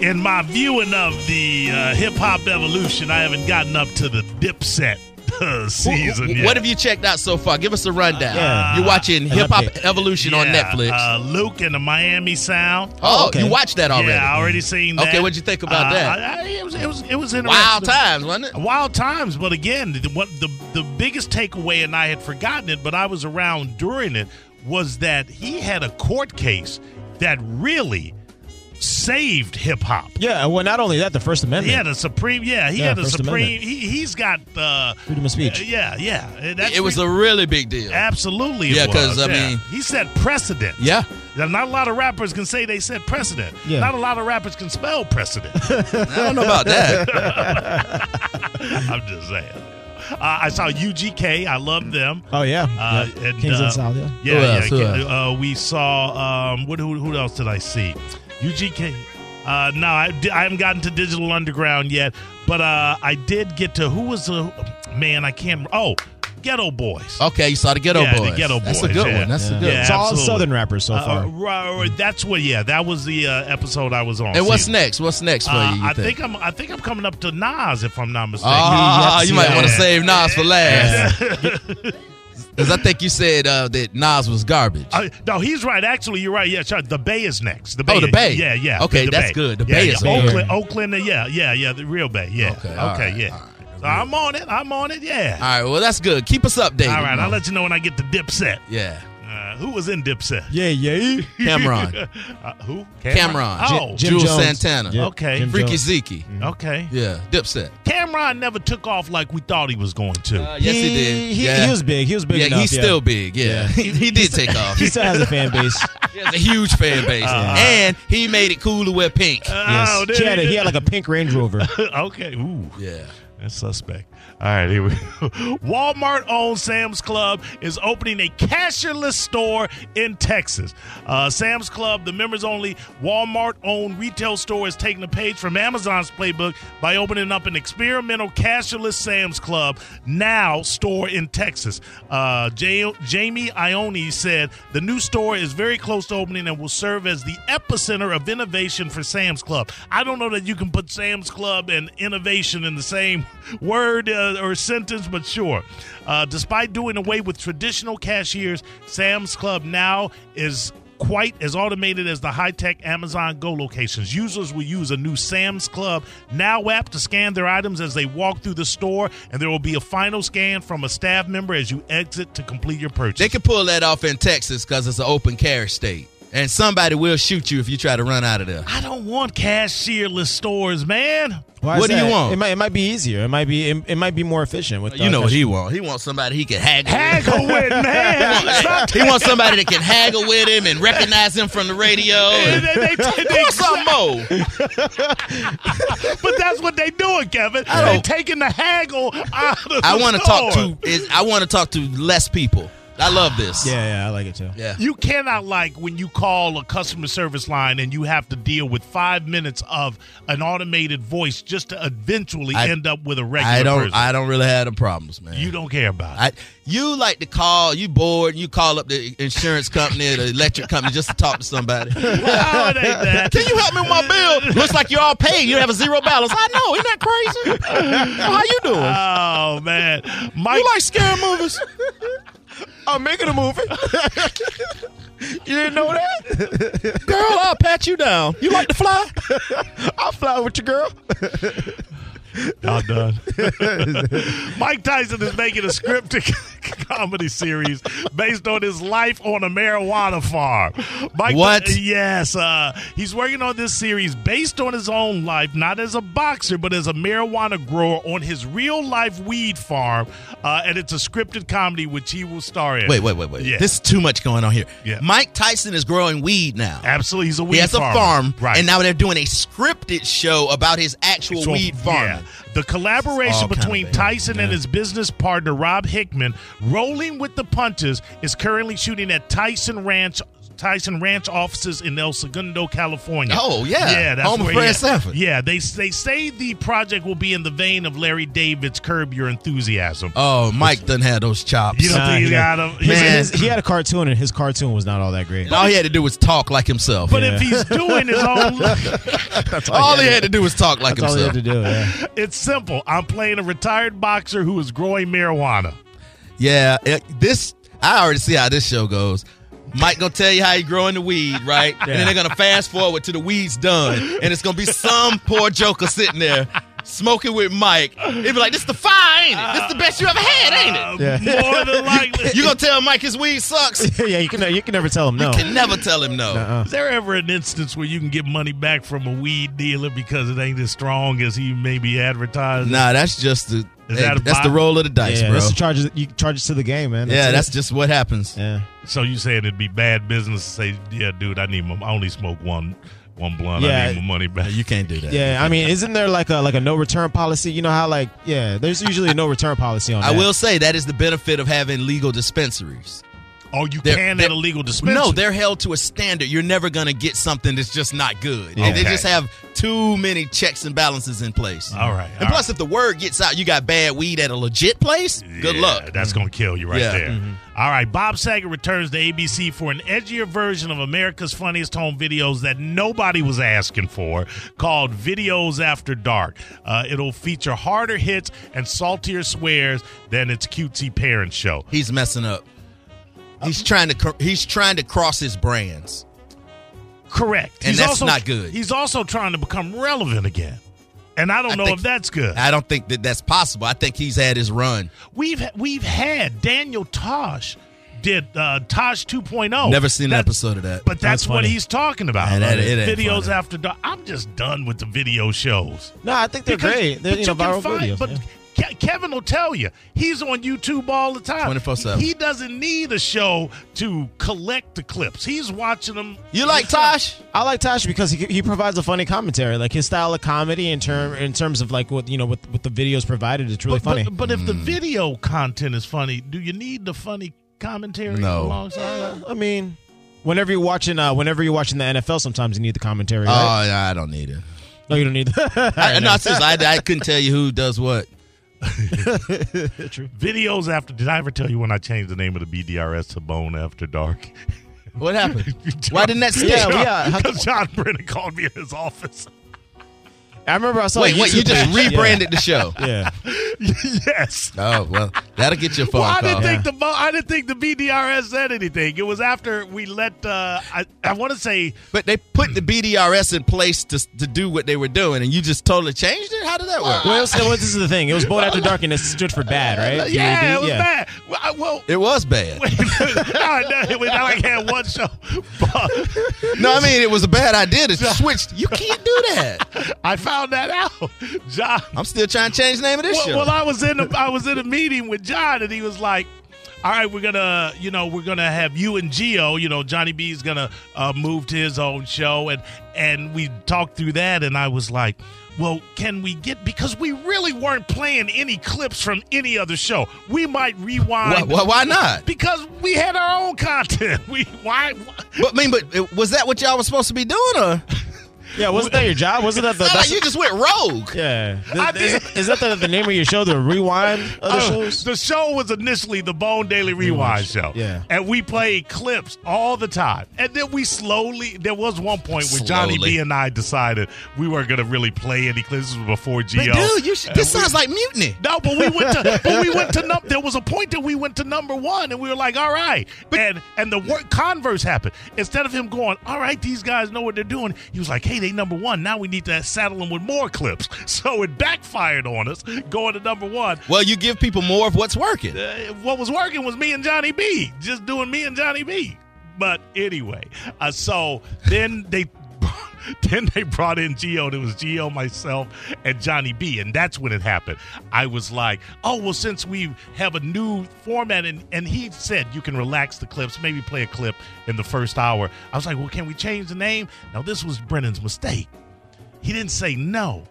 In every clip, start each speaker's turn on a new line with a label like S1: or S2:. S1: in my viewing of the uh, hip hop evolution, I haven't gotten up to the Dipset uh, season
S2: Wh- wh-
S1: yet.
S2: What have you checked out so far? Give us a rundown.
S1: Yeah.
S2: You're watching Hip Hop
S3: update.
S2: Evolution on
S1: Yeah,
S2: Netflix.
S1: Uh, Luke and the Miami Sound.
S2: oh,
S3: okay.
S2: you watched that already?
S1: Yeah, I already seen that. Uh,
S2: Okay, what'd you think about that?
S1: I- I- it was it was it was interesting.
S2: Wild times, wasn't it?
S1: Wild times, but again, the, what the the biggest takeaway, and I had forgotten it, but I was around during it, was that he had a court case that really saved hip hop.
S3: Yeah, well, not only that, the First
S1: He
S3: Amendment.
S1: had a supreme, yeah, he
S3: Yeah,
S1: had a
S3: First
S1: supreme.
S3: Amendment.
S1: He he's got uh,
S3: Freedom of speech.
S1: Yeah, yeah, and that's
S2: It was a really big deal.
S1: absolutely.
S2: Yeah,
S1: it was,
S2: 'cause, I
S1: yeah.
S2: mean-
S1: he set precedent.
S2: Yeah.
S1: Now, not a lot of rappers can say they set precedent.
S3: Yeah.
S1: Not a lot of rappers can spell precedent.
S2: I don't know about that.
S1: I'm just saying. Uh, I saw UGK. I love them.
S3: Oh yeah,
S1: Uh,
S3: Yep.
S1: and,
S3: Kings of
S1: uh,
S3: the South. Yeah.
S1: Yeah,
S2: Who
S1: yeah.
S2: else? Who
S1: Ki- Uh, we saw. Um, what? Who, who else did I see? UGK. Uh, no, I, di- I haven't gotten to Digital Underground yet, but uh, I did get to who was the man? I can't. Oh, Ghetto Boys.
S2: Okay, you saw the Ghetto
S1: Yeah, the
S2: Boys.
S1: Ghetto
S2: That's a
S1: Boys,
S2: good
S1: yeah.
S2: one. That's a
S3: Yeah.
S2: good
S1: Yeah.
S3: it's all
S1: absolutely.
S3: southern rappers so
S1: Uh,
S3: far.
S1: uh, right, right, that's what. Yeah, that was the uh, episode I was on.
S2: one. And what's
S1: See,
S2: next? What's next for
S1: uh,
S2: you? you
S1: I think I'm. I think I'm coming up to Nas, if I'm not mistaken.
S2: Ah,
S3: You
S2: you
S3: have to
S2: might want to
S1: see that.
S2: save Nas for last. Because I think you said uh, that Nas was garbage.
S1: Uh, no, he's right. Actually, you're right. Yeah, sorry. The Bay is next. The Bay.
S2: Oh, the Bay.
S1: Yeah, yeah.
S2: Okay,
S1: the
S2: that's good. The
S1: Yeah,
S2: Bay
S1: yeah.
S2: is
S1: Oakland.
S2: good.
S1: Oakland. uh, Yeah, yeah, yeah. The real Bay. Yeah.
S2: Okay,
S1: Okay.
S2: all right,
S1: yeah.
S2: all right.
S1: So I'm on it. I'm on it.
S2: All
S1: Yeah.
S2: right, well, that's good. Keep us updated.
S1: All right.
S2: man.
S1: I'll let you know when I get to Dipset.
S2: Yeah.
S1: Uh, who was in Dipset?
S3: yeah, yeah.
S2: Cameron.
S1: uh, who?
S2: Cameron.
S1: Oh.
S2: Jim- Jules Santana.
S3: Yeah,
S1: Okay.
S3: Jim
S2: Freaky
S3: Jones.
S2: Zeke.
S1: Oh, okay.
S2: Yeah, Dipset.
S1: Cameron never took off like we thought he was going to.
S2: Uh, yes, he, did.
S3: He,
S2: yeah.
S3: he was big. He was big
S2: yeah,
S3: enough.
S2: he's still big. Yeah,
S3: Yeah.
S2: he, he did take off.
S3: He
S2: he
S3: still has a fan base.
S2: has a huge fan base, and he made it cool to wear pink.
S4: Uh-huh.
S3: Yes.
S1: oh, there
S3: he, had a,
S1: it
S3: he had like a pink Range Rover.
S1: is. okay. Ooh.
S2: yeah.
S1: That's suspect. All right, here we go. Walmart owned Sam's Club is opening a cashierless store in Texas. Uh, Sam's Club, the members only Walmart owned retail store, is taking a page from Amazon's playbook by opening up an experimental cashierless Sam's Club now store in Texas. Uh, Ja- Jamie Ione said the new store is very close to opening and will serve as the epicenter of innovation for Sam's Club. I don't know that you can put Sam's Club and innovation in the same word uh, or sentence, but sure. Uh, despite doing away with traditional cashiers, Sam's Club now is quite as automated as the high-tech Amazon Go locations. Users will use a new Sam's Club Now app to scan their items as they walk through the store, and there will be a final scan from a staff member as you exit to complete your purchase.
S2: They could pull that off in Texas because it's an open carriage state, and somebody will shoot you if you try to run out of there.
S1: I don't want cashierless stores, man.
S3: Why is
S2: What do you
S3: that?
S2: want?
S3: It might, it might be easier. It might be it, it might be more efficient with
S2: You
S3: uh,
S2: know what
S3: cash-
S2: he wants? He wants somebody he can haggle. with.
S1: Haggle with, man. Stop.
S2: He wants somebody that can haggle with him and recognize him from the radio.
S1: They,
S2: And
S1: they, they- they-
S2: want some more.
S1: but that's what they doing, Kevin. They're
S2: don't-
S1: taking the haggle out of
S2: I
S1: want to
S2: talk to. is- I want to talk to less people. I love this.
S3: Yeah, yeah, I like it too.
S2: Yeah.
S1: You cannot like when you call a customer service line and you have to deal with five minutes of an automated voice just to eventually
S2: I-
S1: end up with a regular
S2: I don't.
S1: person.
S2: I don't really have them problems, man.
S1: you don't care about it.
S2: I, you like to call, you bored, you call up the insurance company or the electric company just to talk to somebody. Can
S1: Oh, it ain't that.
S2: you help me with my bill? Looks like you're all paid. You have a zero balance. I know. Isn't that crazy? How you doing?
S1: Oh man, Mike.
S2: you like scary movies?
S3: I'm making a movie. you didn't know that?
S2: Girl, I'll pat you down. You like to fly?
S3: I'll fly with your girl.
S1: I'm done. Mike Tyson is making a scripted comedy series based on his life on a marijuana farm. Mike
S2: What?
S1: yes. Uh, he's working on this series based on his own life, not as a boxer, but as a marijuana grower on his real life weed farm. Uh, and it's a scripted comedy which he will star in.
S2: Wait, wait, wait, wait.
S1: Yeah.
S2: This is too much going on here.
S1: Yeah.
S2: Mike Tyson is growing weed now.
S1: Absolutely. He's a weed
S2: He has a
S1: farmer.
S2: farm,
S1: Right.
S2: and now they're doing a scripted show about his actual
S1: So,
S2: weed farming.
S1: yeah. The collaboration
S2: All kind of
S1: between
S2: bad,
S1: Tyson and his business partner Rob Hickman, Rolling with the Punches, is currently shooting at Tyson Ranch. Tyson Ranch offices in El Segundo, California.
S2: Oh, yeah. Home of Fred
S1: yeah.
S2: Sanford.
S1: Yeah, they they say the project will be in the vein of Larry David's Curb Your Enthusiasm.
S2: Oh, Mike doesn't have those chops.
S1: You don't think he got him?
S2: Man.
S4: His- he had a cartoon, and his cartoon was not all that great.
S2: And all he had to do was talk like himself.
S1: But if he's doing his own,
S2: all he had to do was talk like
S4: That's all he had
S2: himself.
S4: to do. Yeah.
S1: it's simple. I'm playing a retired boxer who is growing marijuana.
S2: Yeah, it- this I already see how this show goes. Mike gonna tell you how he growing the weed, right? And then they're gonna fast forward to the weed's done, and it's gonna be some poor joker sitting there smoking with Mike. He'd be like, "This the fire, ain't it? This the best you ever had, ain't it?"
S1: Uh,
S4: Yeah.
S1: More than likely.
S2: You gonna tell Mike his weed sucks?
S4: yeah, you can you can never tell him no.
S2: Can never tell him no.
S4: Uh-uh.
S1: Is there ever an instance where you can get money back from a weed dealer because it ain't as strong as he maybe advertised?
S2: Nah, that's just the
S1: Is
S2: hey,
S1: that a
S2: that's the
S1: bot?
S2: roll of the dice,
S4: Yeah,
S2: bro.
S4: that's the charges. You charges to the game, man.
S2: yeah,
S4: it.
S2: that's just what happens.
S4: yeah.
S1: So you saying it'd be bad business to say, "Yeah, dude, I need my. I only smoke one, one blunt. I
S4: Yeah.
S1: need my money back."
S2: You can't do that.
S4: Yeah, I mean, isn't there like a like a no return policy? You know how like yeah, there's usually a no return policy on.
S2: I
S4: that.
S2: will say that is the benefit of having legal dispensaries.
S1: Oh, you
S2: They're-
S1: can
S2: they're-
S1: at a legal dispensary.
S2: No, they're held to a standard. You're never gonna get something that's just not good.
S4: Yeah.
S2: They
S1: Okay.
S2: just have too many checks and balances in place.
S1: all right.
S2: and plus, if the word gets out, you got bad weed at a legit place. Good luck.
S1: That's gonna kill you right
S2: Yeah. Mm-hmm.
S1: there. All right, Bob Saget returns to ABC for an edgier version of America's Funniest Home Videos that nobody was asking for, called Videos After Dark. Uh, it'll feature harder hits and saltier swears than its cutesy parent show.
S2: He's messing up. He's trying to. cr- He's trying to cross his brands.
S1: Correct,
S2: And that's not good.
S1: He's also trying to become relevant again, and I don't
S2: I
S1: know
S2: think-
S1: if that's good.
S2: I don't think that that's possible. I think he's had his run.
S1: we've we've had Daniel Tosh did uh, Tosh 2.0.
S2: Never seen an
S1: Oh, That-
S2: episode of that.
S1: But that's,
S4: That's
S1: what
S4: funny.
S1: he's talking about.
S2: Man, that- it ain't
S1: videos
S2: funny.
S1: after dark. I'm just done with the video shows.
S4: No, I think they're
S1: Because-
S4: great. They're
S1: but
S4: you know
S1: can
S4: viral
S1: find-
S4: videos.
S1: But
S4: yeah.
S1: Ke- Kevin will tell you he's on YouTube all the time.
S2: 24/7.
S1: He doesn't need a show to collect the clips. He's watching them.
S2: You like Tosh?
S4: I like Tosh because he, he provides a funny commentary. Like his style of comedy in term in terms of like what you know what what the videos provided, it's really
S1: But,
S4: funny.
S1: but, but if
S2: Hmm.
S1: the video content is funny, do you need the funny commentary
S2: No.
S1: alongside? that?
S4: I mean, whenever you're watching uh, whenever you're watching the NFL, sometimes you need the commentary.
S2: Oh,
S4: Right?
S2: yeah, I don't need it.
S4: no, you don't need.
S2: I, no, seriously, I, I couldn't tell you who does what.
S1: Videos after. Did I ever tell you when I changed the name of the BDRS to Bone After Dark?
S2: What happened? Why didn't that stick?
S4: Yeah, we are- how-
S1: Because John Brennan called me in his office.
S4: I remember I saw. a
S2: Wait, wait,
S4: YouTube
S2: you just
S4: page.
S2: rebranded the show.
S4: Yeah. yeah.
S1: yes.
S2: Oh well, that'll get you a phone
S1: Well, I
S2: call.
S1: didn't think the bo- I didn't think the BDRS said anything. It was after we let uh, I I want to say
S2: But they put the BDRS in place to to do what they were doing, and you just totally changed it. How did that work?
S4: Well, it was- well, this is the thing. It was Bone After Dark, and it stood for bad, right?
S1: yeah,
S4: B-A-D?
S1: it was
S4: yeah.
S1: bad. Well, I, well
S2: It was bad.
S1: no, no, we not like had one show. But
S2: No, I mean it was a bad idea to switch. You can't do that.
S1: I found that out, John.
S2: I'm still trying to change the name of this
S1: Well,
S2: show.
S1: well, I was in a, I was in a meeting with John, and he was like. All right, we're gonna, you know, we're gonna have you and Geo. You know, Johnny B's gonna uh, move to his own show, and and we talked through that, and I was like, well, can we get because we really weren't playing any clips from any other show. We might
S2: why,
S1: rewind
S2: why, why not?
S1: because we had our own content. We why?
S2: But I mean, but it, was that what y'all was supposed to be doing, or
S4: Yeah, wasn't that your job? Wasn't that the?
S2: Not like
S4: That's,
S2: you just went rogue?
S4: yeah.
S1: I
S4: Th- Is, is that the, the name of your show? The rewind of the
S1: Oh,
S4: shows.
S1: The show was initially the Bone Daily Rewind show.
S4: yeah.
S1: And we played clips all the time. And then we slowly, there was one point where Johnny
S2: Slowly.
S1: B and I decided we weren't going to really play any clips. This was before GO.
S2: But dude, you should, this
S1: And we-
S2: sounds like mutiny.
S1: no, but we went to but we went to num- there was a point that we went to number one and we were like, all right. and and the work converse happened. Instead of him going, all right, these guys know what they're doing, he was like, hey, they number one. Now we need to saddle them with more clips. So it backfired on us going to number one.
S2: Well, you give people more of what's working.
S1: Uh, what was working was me and Johnny B, just doing me and Johnny B. But anyway, uh, so then they then they brought in Geo. and It was Geo, myself, and Johnny B, and that's when it happened. I was like, oh well, since we have a new format, and and he said you can relax the clips, maybe play a clip in the first hour. I was like, well, can we change the name? Now this was Brennan's mistake. He didn't say no.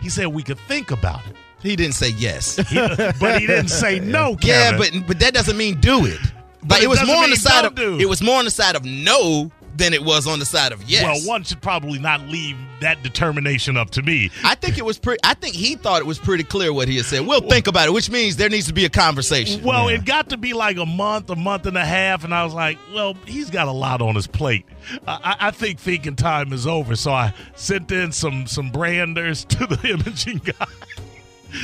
S1: He said we could think about it,
S2: He didn't say yes.
S1: He- but he didn't say no. Kevin.
S2: Yeah, but but that doesn't mean do it.
S1: But
S2: But
S1: it
S2: it was
S1: doesn't
S2: more
S1: mean
S2: on the side
S1: don't
S2: of
S1: do.
S2: it was more on the side of no than it was on the side of yes.
S1: Well, one should probably not leave that determination up to me.
S2: I think it was pretty. I think he thought it was pretty clear what he had said. We'll think about it, which means there needs to be a conversation.
S1: Well, it got to be like a month, a month and a half, and I was like, well, he's got a lot on his plate. I, I I think thinking time is over, so I sent in some some branders to the imaging guy.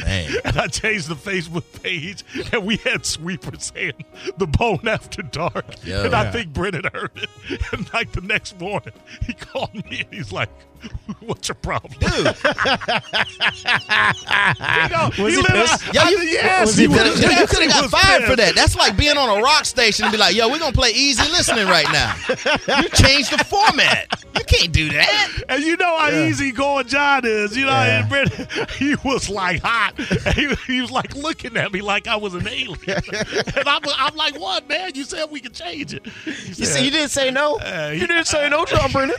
S2: Man.
S1: And I changed the Facebook page, and we had Sweeper saying the bone after dark.
S2: Yeah.
S1: and I
S2: Yeah.
S1: think Brennan heard it. And like the next morning, he called me and he's like, "What's your problem?"
S2: Dude,
S1: You know,
S4: Was he
S1: lit up.
S4: pissed?
S2: yo,
S1: I-
S2: you,
S1: yes,
S4: was he
S1: was
S4: pissed?
S2: yo, you
S1: pissed.
S2: could
S1: He
S2: have
S1: was
S2: got fired for
S1: pissed.
S2: that. That's like being on a rock station and be like, "Yo, we're gonna play easy listening right now." You changed the format. You can't do that.
S1: And you know how easy going John is. You know,
S4: Yeah.
S1: and Brennan, he was like hot. And He, he was like looking at me like I was an alien. and I'm, I'm like, what, man? You said we could change it.
S4: You, see, you didn't say no. you didn't say no, John Brennan.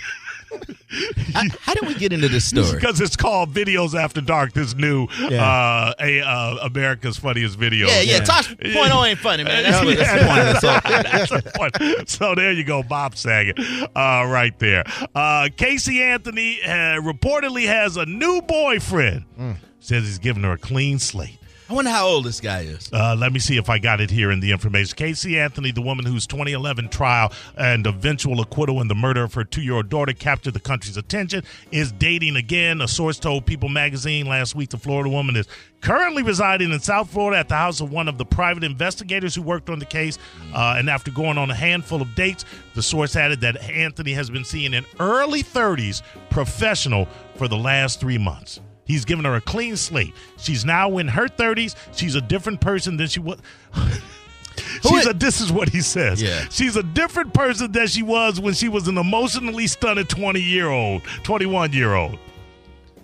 S2: I- how did we get into this story?
S1: because it's called Videos After Dark, this new
S4: Yeah.
S1: uh, a, uh, America's Funniest Video.
S2: Yeah, yeah.
S4: Yeah.
S2: Tosh point oh ain't funny, man. That's what
S1: Yeah.
S2: that's the point. That's all.
S1: That's the point. So there you go, Bob Saget, uh, right there. Uh, Casey Anthony uh, reportedly has a new boyfriend. Says he's giving her a clean slate.
S2: I wonder how old this guy is.
S1: Uh, let me see if I got it here in the information. Casey Anthony, the woman whose 2011 trial and eventual acquittal in the murder of her two year old daughter captured the country's attention, is dating again. A source told People magazine last week the Florida woman is currently residing in South Florida at the house of one of the private investigators who worked on the case. Uh, and after going on a handful of dates, the source added that Anthony has been seeing an early 30s professional for the last three months. He's given her a clean slate. She's now in her 30s. She's a different person than she was. She's
S2: i-
S1: a, this is what he says.
S2: Yeah.
S1: She's a different person than she was when she was an emotionally stunted 20 year old, 21 year old.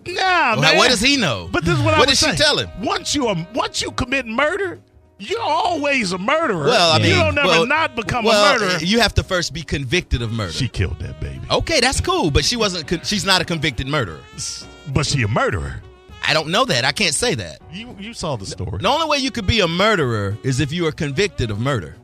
S1: Nah,
S2: Well,
S1: man.
S2: what does he know?
S1: But this is what, I
S2: What
S1: was
S2: did
S1: saying.
S2: she tell him?
S1: Once you are, once you commit murder, you're always a murderer.
S2: Well, I mean,
S1: you don't ever
S2: well,
S1: not become
S2: well,
S1: a murderer.
S2: You have to first be convicted of murder.
S1: She killed that baby,
S2: okay, that's cool, but she wasn't. Con- she's not a convicted murderer.
S1: but she a murderer.
S2: I don't know that. I can't say that.
S1: You you saw the story.
S2: The only way you could be a murderer is if you are convicted of murder.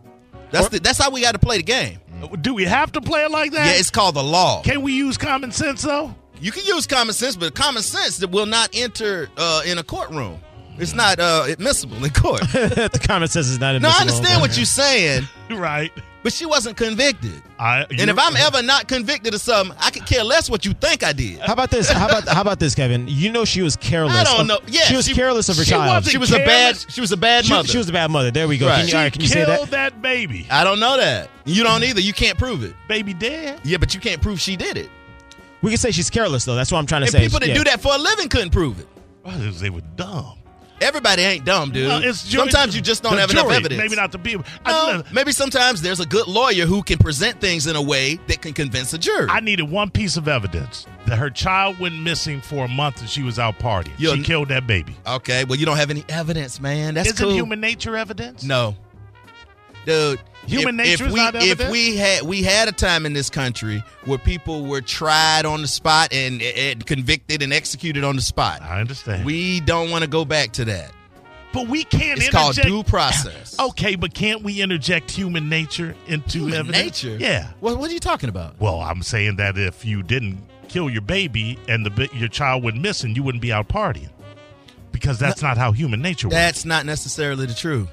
S2: That's the, that's how we got to play the game.
S1: Do we have to play it like that?
S2: Yeah, it's called the law.
S1: Can we use common sense though?
S2: You can use common sense, but common sense that will not enter uh, in a courtroom. It's not uh, admissible in court.
S4: the comment says it's not.
S2: no, I
S4: admissible.
S2: understand what you're saying,
S1: Right.
S2: but she wasn't convicted.
S1: I
S2: And if I'm ever not convicted of something, I could care less what you think I did.
S4: How about this? How about how about this, Kevin? You know she was careless.
S2: I don't
S4: of-
S2: know. Yeah,
S4: she was
S2: she-
S4: careless of her
S1: she
S4: child.
S1: wasn't
S2: She was a bad. She was a bad
S4: She-
S2: mother.
S4: she was a bad mother. There we go.
S2: Right.
S4: Can you, all right, can you say
S1: killed
S4: that?
S1: baby,
S2: I don't know that. You don't either. You can't prove it.
S1: baby dead.
S2: Yeah, but you can't prove she did it.
S4: We can say she's careless though. That's what I'm trying to
S2: And
S4: say.
S2: people that
S4: Yeah.
S2: do that for a living couldn't prove it.
S1: Well, they were dumb.
S2: Everybody ain't dumb, dude.
S1: No, it's ju-
S2: Uh, sometimes you just don't
S1: the
S2: have enough
S1: jury.
S2: evidence.
S1: Maybe not the people.
S2: No,
S1: I,
S2: maybe sometimes there's a good lawyer who can present things in a way that can convince a jury.
S1: I needed one piece of evidence that her child went missing for a month and she was out partying.
S2: You're-
S1: she killed that baby.
S2: okay, well you don't have any evidence, man. That's
S1: Isn't
S2: cool.
S1: human nature evidence?
S2: No, dude.
S1: Human
S2: if,
S1: nature
S2: if
S1: is
S2: we,
S1: not
S2: If
S1: evidence?
S2: we had we had a time in this country where people were tried on the spot and, and convicted and executed on the spot,
S1: I understand.
S2: we don't want to go back to that.
S1: but we can't
S2: It's called
S1: interject.
S2: due process.
S1: okay, but can't we interject human nature into
S2: Human
S1: evidence?
S2: nature.
S1: Yeah.
S2: What, what are you talking about?
S1: Well, I'm saying that if you didn't kill your baby and the bi- your child went missing, you wouldn't be out partying because that's not how human nature works.
S2: That's not necessarily the truth.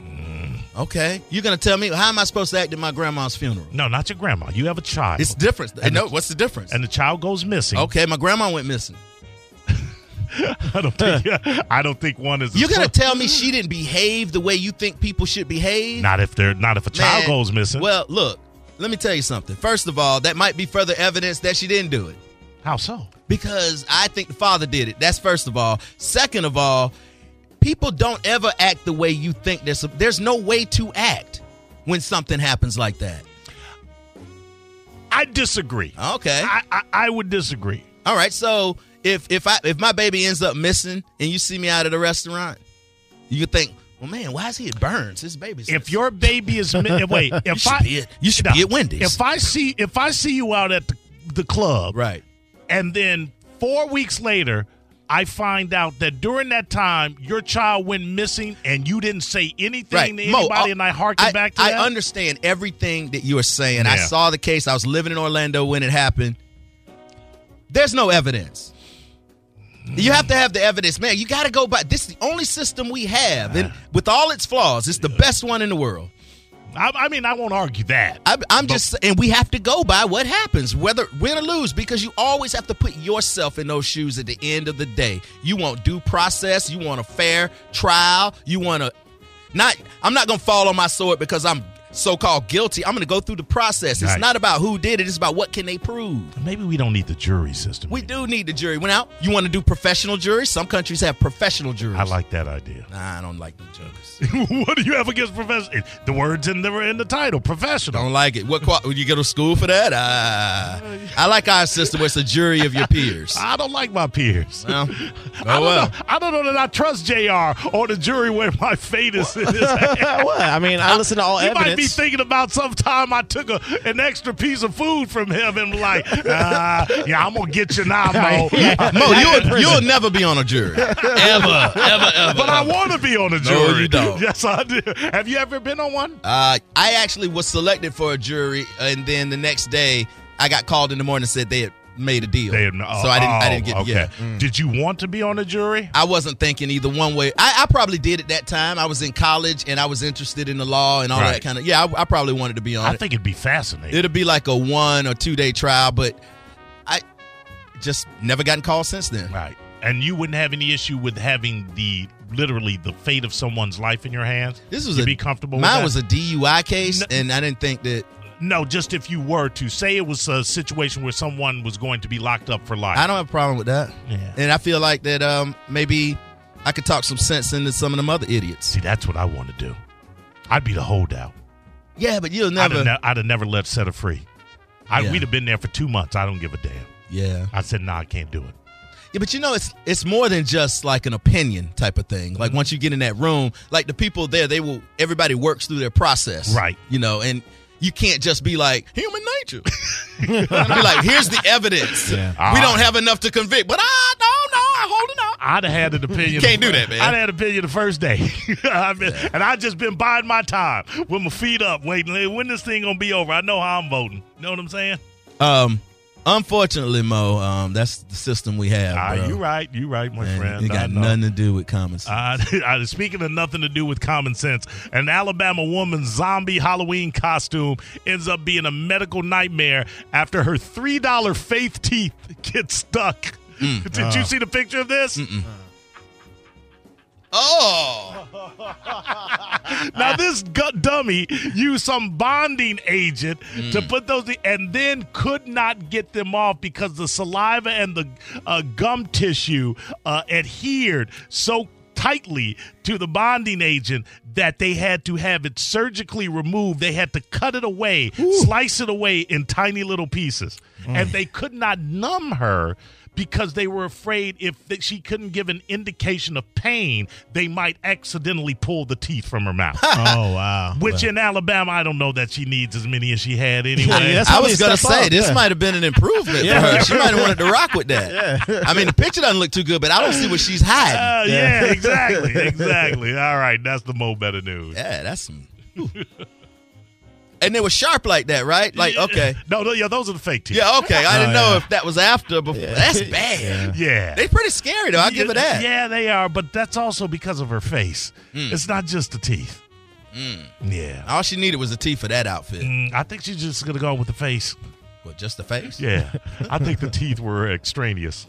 S2: Mm, Okay, you're gonna tell me how am I supposed to act at my grandma's funeral?
S1: No, not your grandma. You have a child,
S2: It's different.
S1: And
S2: no,
S1: the-
S2: what's the difference?
S1: and the child goes missing.
S2: okay, my grandma went missing.
S1: I don't think. I don't think one is. as
S2: You're gonna
S1: close-
S2: tell me she didn't behave the way you think people should behave?
S1: not if they're not if a child
S2: Man,
S1: goes missing.
S2: Well, look, let me tell you something. First of all, that might be further evidence that she didn't do it
S1: How so?
S2: because I think the father did it. That's first of all. Second of all, people don't ever act the way you think there's there's no way to act when something happens like that.
S1: I disagree.
S2: Okay.
S1: I, I I would disagree.
S2: All right. So if if I if my baby ends up missing and you see me out at a restaurant, you could think, well, man, why is he at Burns? His baby's
S1: If your baby is mi- eh, wait, if
S2: should
S1: I
S2: be at- you should be at Wendy's.
S1: If I see if I see you out at the, the club,
S2: right.
S1: and then four weeks later, I find out that during that time your child went missing and you didn't say anything to
S2: Mo, uh,
S1: anybody, and I harken
S2: I,
S1: back to
S2: I
S1: that.
S2: understand everything that you are saying. I
S1: Yeah.
S2: saw the case. I was living in Orlando when it happened. There's no evidence. You have to have the evidence, man. You got to go by. This is the only system we have, and with all its flaws, it's the best one in the world.
S1: I, I mean, I won't argue that.
S2: I, I'm just, and we have to go by what happens, whether win or lose, because you always have to put yourself in those shoes. At the end of the day, you want due process, you want a fair trial, you want to not. I'm not gonna fall on my sword because I'm so-called guilty. I'm gonna go through the process. It's
S1: Right.
S2: not about who did it; it's about what can they prove.
S1: Maybe we don't need the jury system.
S2: We do need the jury. When out, you want to do professional juries. Some countries have professional juries.
S1: I like that idea.
S2: Nah, I don't like them jokers.
S1: what do you have against professional? The words in the in the title, professional.
S2: Don't like it. What qua- you go to school for that? Uh, I like our system where it's a jury of your peers.
S1: I don't like my peers.
S2: Well,
S1: I,
S2: oh
S1: don't
S2: well.
S1: know, I don't know that I trust Jr. or the jury where my fate is. is at.
S4: what? I mean, I listen to all
S1: You might be
S4: evidence.
S1: thinking about some time I took a, an extra piece of food from him and like, uh, yeah, I'm gonna get you now, Mo.
S2: Mo, you'll, you'll never be on a jury. ever, ever, ever.
S1: But I want to be on a
S2: No,
S1: jury.
S2: you don't.
S1: Yes, I do. Have you ever been on one?
S2: Uh, I actually was selected for a jury, and then the next day I got called in the morning and said they had made a deal.
S1: They had-
S2: so I didn't. I didn't get.
S1: oh, Okay.
S2: Yeah.
S1: Did you want to be on a jury?
S2: I wasn't thinking either one way. I, I probably did at that time. I was in college and I was interested in the law and all
S1: Right.
S2: that kind of. Yeah, I, I probably wanted to be on
S1: I
S2: it.
S1: think it'd be fascinating.
S2: It'll be like a one or two day trial, but I just never gotten called since then.
S1: right. And you wouldn't have any issue with having the literally the fate of someone's life in your hands.
S2: This was
S1: You'd
S2: a
S1: be comfortable. with
S2: Mine
S1: that?
S2: was a DUI case,
S1: No-
S2: and I didn't think that.
S1: no. Just if you were to say it was a situation where someone was going to be locked up for life.
S2: I don't have a problem with that.
S1: Yeah.
S2: And I feel like that um, maybe I could talk some sense into some of them other idiots.
S1: See, that's what I want to do. I'd be the holdout.
S2: Yeah, but you'll
S1: I'd
S2: never.
S1: have, ne- I'd have never let Setter free. I,
S2: Yeah.
S1: We'd have been there for two months. I don't give a damn.
S2: yeah.
S1: I said, nah, I can't do it.
S2: Yeah, but you know, it's it's more than just like an opinion type of thing. Like once you get in that room, like the people there, they will. Everybody works through their process,
S1: Right.
S2: You know, and you can't just be like human nature. You know what I mean? like, here's the evidence.
S1: Ah.
S2: We don't have enough to convict, but I don't know. I hold it up.
S1: I'd have had an opinion.
S2: You can't do that, man.
S1: I'd had an opinion the first day. I've been, And i just been biding my time with my feet up, waiting. "Hey, When this thing going to be over? I know how I'm voting. You know what I'm saying?
S2: Um, unfortunately, Mo, um, that's the system we have.
S1: Ah,
S2: bro.
S1: you right. You right, my
S2: And
S1: friend.
S2: It got
S1: I know.
S2: nothing to do with common sense.
S1: Uh, uh, speaking of nothing to do with common sense, an Alabama woman's zombie Halloween costume ends up being a medical nightmare after her three dollar faith teeth get stuck. Did you see the picture of this?
S2: oh,
S1: Now this gut dummy used some bonding agent to put those, and then could not get them off because the saliva and the uh, gum tissue uh, adhered so tightly to the bonding agent that they had to have it surgically removed. They had to cut it away, slice it away in tiny little pieces, and they could not numb her. Because they were afraid if th- she couldn't give an indication of pain, they might accidentally pull the teeth from her mouth.
S4: Oh wow.
S1: Which in Alabama, I don't know that she needs as many as she had anyway.
S4: Yeah, that's
S2: I
S4: probably
S2: was
S4: a
S2: gonna
S4: step
S2: say
S4: up.
S2: this
S4: Yeah.
S2: might have been an improvement
S4: Yeah.
S2: for her. She might have wanted to rock with that. I mean, the picture doesn't look too good, but I don't see what she's hiding.
S1: Uh, yeah, exactly, exactly. All right, that's the Mo Better news.
S2: yeah, that's some. Ooh. and they were sharp like that, right? Like, okay,
S1: No, no, yeah, those are the fake teeth.
S2: yeah, okay. I didn't
S4: Oh,
S2: know
S4: yeah.
S2: if that was after, but that's bad.
S1: yeah.
S2: They pretty scary though. I will give it that. Hmm.
S1: Yeah, they are, but that's also because of her face. It's not just the teeth. Yeah.
S2: All she needed was a T for that outfit.
S1: Mm, I think she's just gonna go with the face.
S2: Well, just the face.
S1: Yeah, I think the teeth were extraneous.